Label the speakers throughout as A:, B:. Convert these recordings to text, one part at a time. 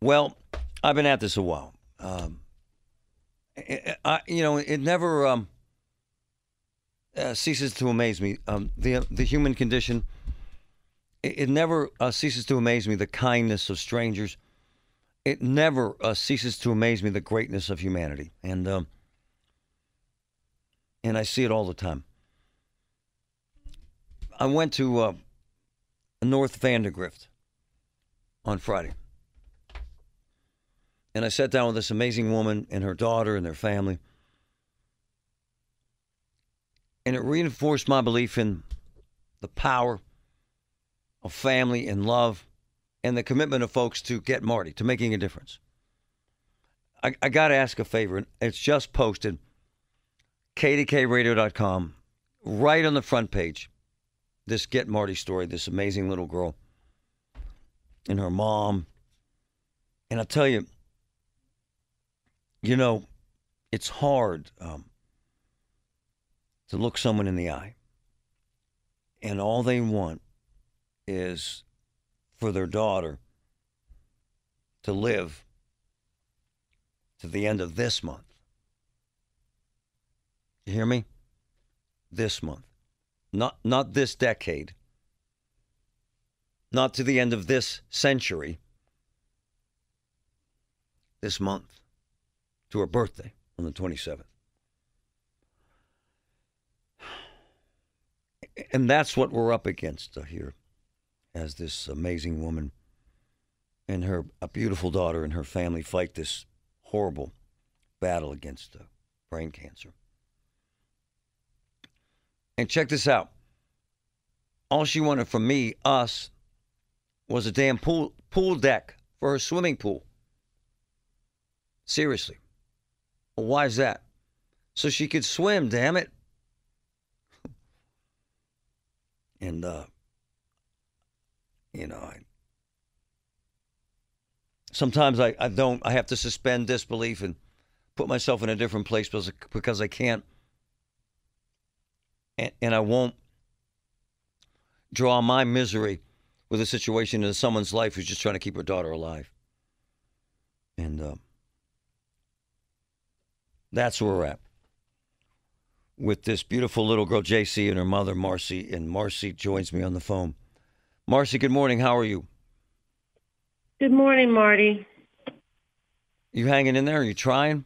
A: Well, I've been at this a while. Um, I, I- you know, it never um, uh, ceases to amaze me. Um, the the human condition. It, it never uh, ceases to amaze me the kindness of strangers. It never uh, ceases to amaze me the greatness of humanity, and um, and I see it all the time. I went to uh, North Vandergrift on Friday. And I sat down with this amazing woman and her daughter and their family. And it reinforced my belief in the power of family and love and the commitment of folks to get Marty, to making a difference. I, I got to ask a favor, and it's just posted kdkradio.com, right on the front page. This Get Marty story, this amazing little girl and her mom. And I tell you, you know, it's hard um, to look someone in the eye, and all they want is for their daughter to live to the end of this month. You hear me? This month, not not this decade, not to the end of this century. This month to her birthday on the 27th. And that's what we're up against uh, here as this amazing woman and her a beautiful daughter and her family fight this horrible battle against uh, brain cancer. And check this out. All she wanted from me, us, was a damn pool pool deck for her swimming pool. Seriously. Well, why is that? So she could swim, damn it. and, uh, you know, I, sometimes I, I don't, I have to suspend disbelief and put myself in a different place because, because I can't, and, and I won't draw my misery with a situation in someone's life who's just trying to keep her daughter alive. And, um, that's where we're at with this beautiful little girl, JC, and her mother, Marcy. And Marcy joins me on the phone. Marcy, good morning. How are you?
B: Good morning, Marty.
A: You hanging in there? Are you trying?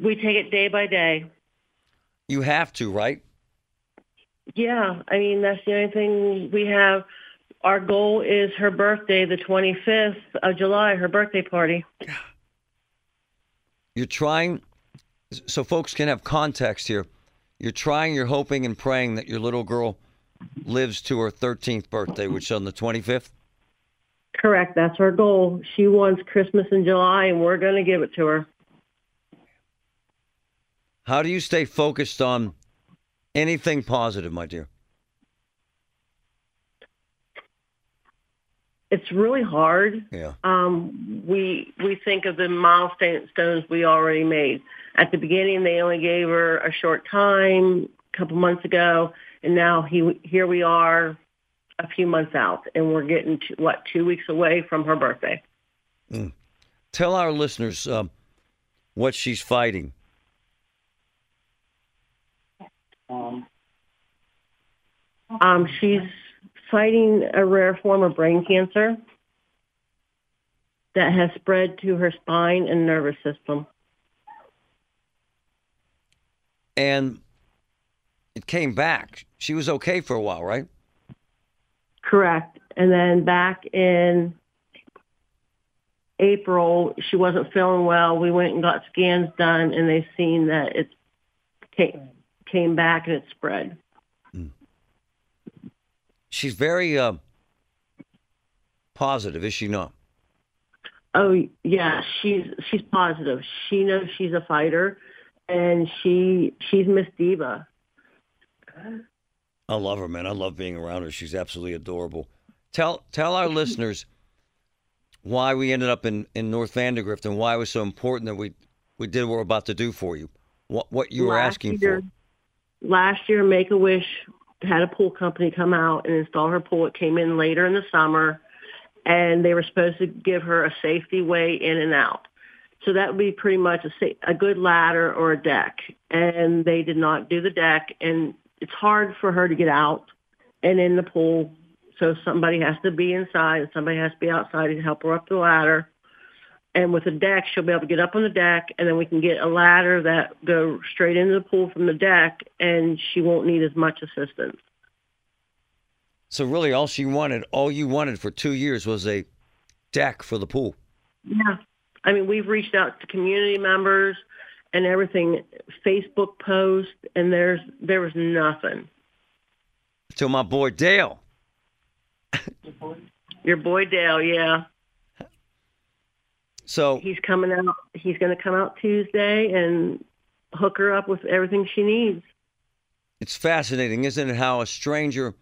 B: We take it day by day.
A: You have to, right?
B: Yeah, I mean, that's the only thing we have. Our goal is her birthday, the 25th of July, her birthday party.
A: You're trying, so folks can have context here. You're trying, you're hoping and praying that your little girl lives to her 13th birthday, which is on the 25th.
B: Correct, that's our goal. She wants Christmas in July, and we're going to give it to her.
A: How do you stay focused on anything positive, my dear?
B: It's really hard.
A: Yeah.
B: Um, we we think of the milestones we already made. At the beginning, they only gave her a short time, a couple months ago, and now he, here we are, a few months out, and we're getting to, what two weeks away from her birthday.
A: Tell our listeners um, what she's fighting.
B: Um, she's fighting a rare form of brain cancer that has spread to her spine and nervous system.
A: and it came back. She was okay for a while, right?
B: Correct. And then back in April, she wasn't feeling well. We went and got scans done, and they seen that it came, came back and it spread.
A: She's very uh, positive, is she not?
B: Oh yeah, she's she's positive. She knows she's a fighter, and she she's Miss Diva.
A: I love her, man. I love being around her. She's absolutely adorable. Tell tell our listeners why we ended up in, in North Vandergrift and why it was so important that we we did what we're about to do for you. What what you were
B: Last
A: asking
B: year-
A: for.
B: Last year, Make a Wish had a pool company come out and install her pool. It came in later in the summer, and they were supposed to give her a safety way in and out. So that would be pretty much a, sa- a good ladder or a deck. And they did not do the deck, and it's hard for her to get out and in the pool. So somebody has to be inside and somebody has to be outside and help her up the ladder. And with a deck, she'll be able to get up on the deck, and then we can get a ladder that go straight into the pool from the deck, and she won't need as much assistance.
A: So really, all she wanted, all you wanted for two years was a deck for the pool.
B: Yeah. I mean, we've reached out to community members and everything, Facebook posts, and there's there was nothing.
A: So my boy Dale,
B: Your boy Dale, yeah,
A: so
B: he's coming out. He's going to come out Tuesday and hook her up with everything she needs.
A: it's fascinating, isn't it, how a stranger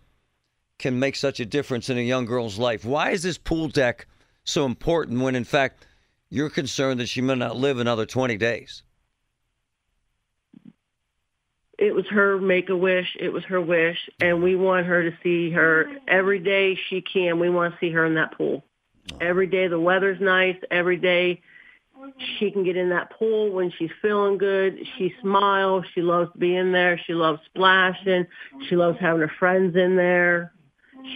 A: can make such a difference in a young girl's life? Why is this pool deck so important when, in fact, you're concerned that she may not live another 20 days?
B: It was her make a wish. It was her wish, and we want her to see her every day she can. We want to see her in that pool. Every day the weather's nice. Every day she can get in that pool when she's feeling good. She smiles. She loves being there. She loves splashing. She loves having her friends in there.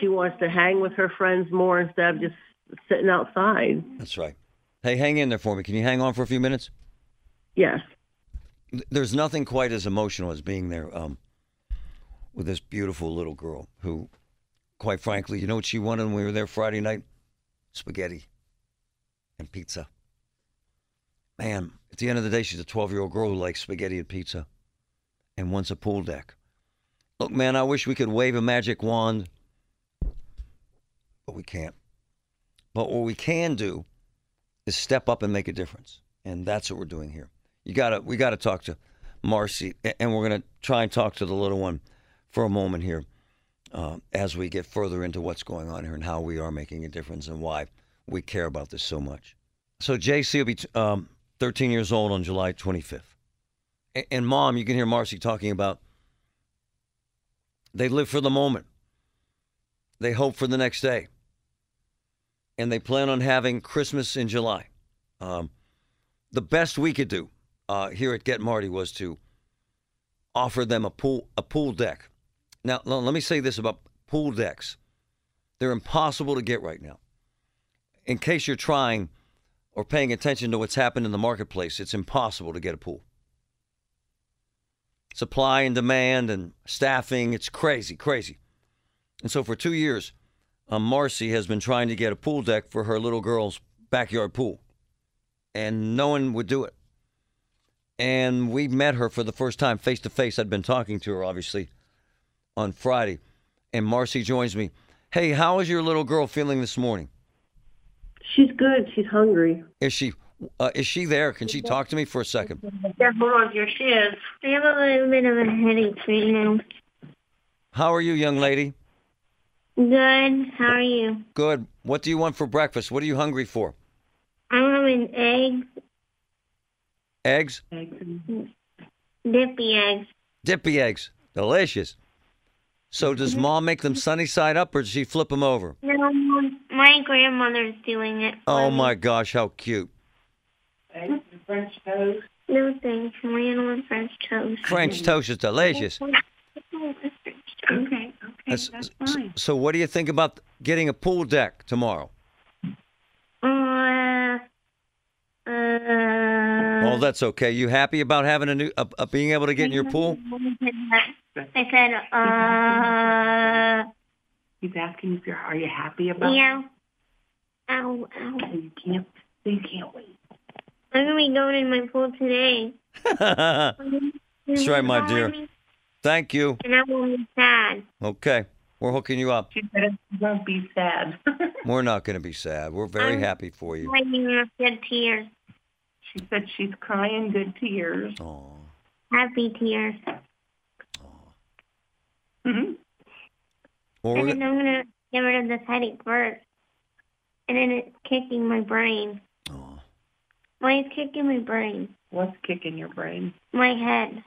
B: She wants to hang with her friends more instead of just sitting outside.
A: That's right. Hey, hang in there for me. Can you hang on for a few minutes?
B: Yes.
A: Th- There's nothing quite as emotional as being there um, with this beautiful little girl who, quite frankly, you know what she wanted when we were there Friday night? Spaghetti and pizza. Man, at the end of the day, she's a 12 year old girl who likes spaghetti and pizza and wants a pool deck. Look, man, I wish we could wave a magic wand, but we can't. But what we can do is step up and make a difference. And that's what we're doing here. You gotta we gotta talk to Marcy a- and we're gonna try and talk to the little one for a moment here uh, as we get further into what's going on here and how we are making a difference and why we care about this so much. So JC will be t- um, 13 years old on July 25th. A- and mom, you can hear Marcy talking about they live for the moment. They hope for the next day and they plan on having Christmas in July. Um, the best we could do uh, here at Get Marty was to offer them a pool a pool deck. Now, l- let me say this about pool decks: they're impossible to get right now. In case you're trying or paying attention to what's happened in the marketplace, it's impossible to get a pool. Supply and demand and staffing—it's crazy, crazy. And so for two years, uh, Marcy has been trying to get a pool deck for her little girl's backyard pool, and no one would do it. And we met her for the first time face to face. I'd been talking to her, obviously, on Friday. And Marcy joins me. Hey, how is your little girl feeling this morning?
B: She's good. She's hungry.
A: Is she uh, is she there? Can she talk to me for a second?
B: Yeah, hold on. Here she is.
C: I have a little bit of a headache right now.
A: How are you, young lady?
C: Good. How are you?
A: Good. What do you want for breakfast? What are you hungry for?
C: I'm having eggs,
A: Eggs?
C: dippy eggs.
A: Dippy eggs. Delicious. So does mom make them sunny side up or does she flip them over?
C: No, my grandmother's doing it. for
A: Oh
C: me.
A: my gosh, how cute.
B: French toast.
C: No thanks. I'm going on French toast.
A: French toast is
C: oh,
A: delicious.
C: Okay.
A: That's- s- So, what do you think about getting a pool deck tomorrow?
C: Uh, uh,
A: Oh, that's okay. You happy about having a new, uh, uh, being able to get in your pool?
C: I said, uh,
D: He's asking if you're, are you happy about it?
C: yeah. Ow, ow.
D: So You can't, so you can't wait.
C: I'm going to be going in my pool today.
A: That's right, my dear. Thank you.
C: And I won't be sad.
A: Okay, we're hooking you up.
D: She said it won't be sad.
A: We're not going to be sad. We're very
C: Um,
A: happy for you.
C: Wiping off good tears,
D: she said she's crying good tears.
A: Oh,
C: happy tears. Mm-hmm.
D: hmm
A: well, we're
C: And then
A: gonna,
C: I'm gonna get rid of this headache first. And then it's kicking my brain.
A: oh,
C: Why is kicking my brain?
D: What's kicking your brain?
C: My head.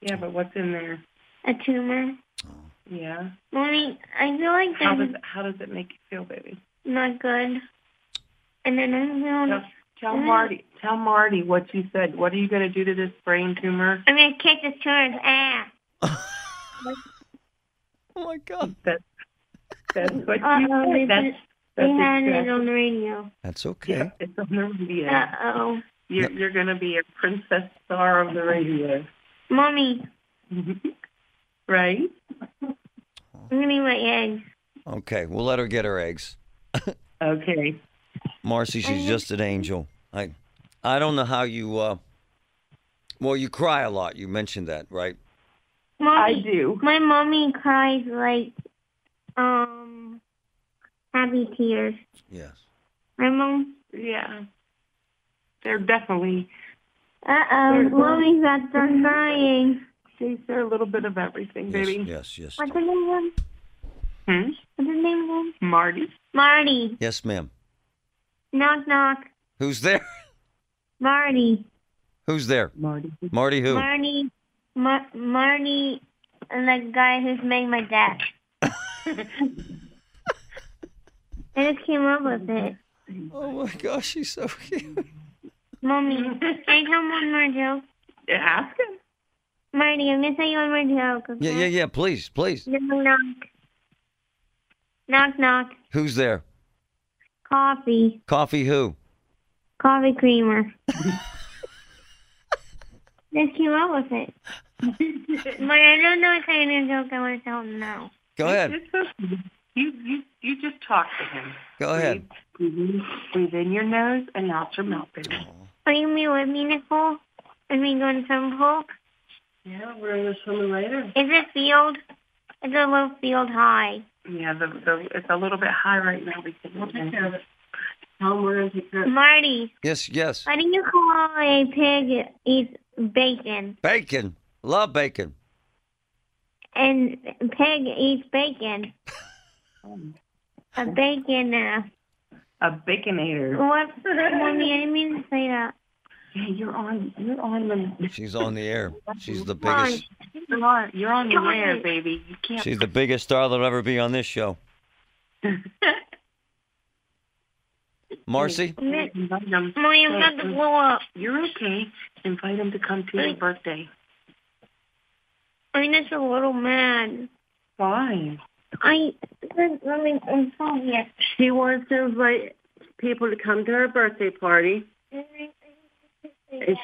D: Yeah, but what's in there?
C: A tumor.
D: Yeah.
C: Mommy, I feel like
D: How does
C: there's
D: how does it make you feel, baby?
C: not good. And then I don't know.
D: Tell, tell Marty. Tell Marty what you said. What are you going to do to this brain tumor?
C: I'm gonna kick this tumor's ass.
A: Oh my God.
D: That's that's what you
C: Uh-oh, Uh, they
D: said. That's,
C: just- they
D: that's
C: had Uh, it
D: exactly-
C: on the radio.
A: That's okay.
D: yeah, it's on the radio.
C: Uh-oh.
D: You're you're going to be a princess star of the radio,
C: Mommy,
D: right?
C: I'm gonna eat my eggs.
A: Okay, we'll let her get her eggs.
D: Okay.
A: Marcy, she's just an angel. I, I don't know how you. Uh, well, you cry a lot. You mentioned that, right?
D: I
C: Mommy,
D: do.
C: my mommy cries like, um, happy tears.
A: Yes.
C: My mom,
D: Yeah. They're definitely
C: uh-oh, mommy's not done crying.
D: She's there a little bit of everything,
A: Yes.
D: baby.
A: Yes. Yes.
C: What's her name again?
D: Hmm?
C: What's her name again?
D: Marty.
C: Marty.
A: Yes, ma'am.
C: Knock, knock.
A: Who's there?
C: Marty.
A: Who's there?
D: Marty.
A: Marty. Who?
C: Marty. Mar- Marty and the guy who's made my dad. I just came up with it.
A: Oh my gosh, she's so cute.
C: Mommy, can I tell one more joke?
D: Ask him.
C: Marty, I'm going to tell you one more joke.
A: Yeah. Yeah. Yeah. Please. Please.
C: yeah. Knock, knock. Knock, knock.
A: Who's there?
C: Coffee.
A: Coffee. Who?
C: Coffee creamer. just came up with it. but I don't know what kind of joke I want to tell him now.
A: Go ahead.
D: It's okay. You you you just talk to him.
A: Go ahead.
D: Breathe, breathe in, breathe in your nose and out your mouth, baby.
C: Are you me with me, Nicole? Are we going to some pool?
D: Yeah, we're gonna swim later.
C: Is it field? It's a low field high.
D: Yeah, the the it's a little bit high right now because we'll take care of it. Tell him we're gonna take care of it.
C: Marty,
A: Yes. Yes.
C: why do you call a pig eats bacon?
A: Bacon. Love bacon.
C: And pig eats bacon. A bacon. Uh,
D: A baconator.
C: what? Mommy, I didn't mean to say that.
D: Yeah, you're on you're on the
A: She's on the air. She's the biggest.
D: you are you're on the air, baby. You can't
A: She's the biggest star that'll ever be on this show. Marcy.
C: Mommy,
D: invite him.
C: Mommy, I'm about to blow up.
D: You're okay. Invite him to come to your birthday.
C: I'm just a little mad.
D: Why?
C: I, Mommy, I'm so mad.
B: She wants to invite people to come to her birthday party, and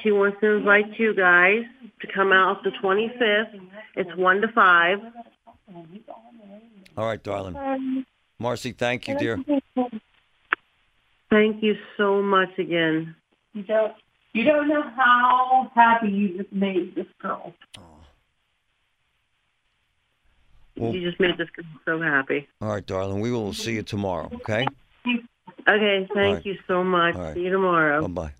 B: she wants to invite you guys to come out the 25th. It's 1 to 5.
A: All right, darling.
C: Um,
A: Marcy, thank you, dear.
B: Thank you so much again.
D: You don't you don't know how happy you just made this girl.
A: Well-
B: you just made this girl so happy.
A: All right, darling. We will see you tomorrow. Okay.
B: Okay, thank
A: right.
B: you so much.
A: All right.
B: See you tomorrow.
A: Bye bye.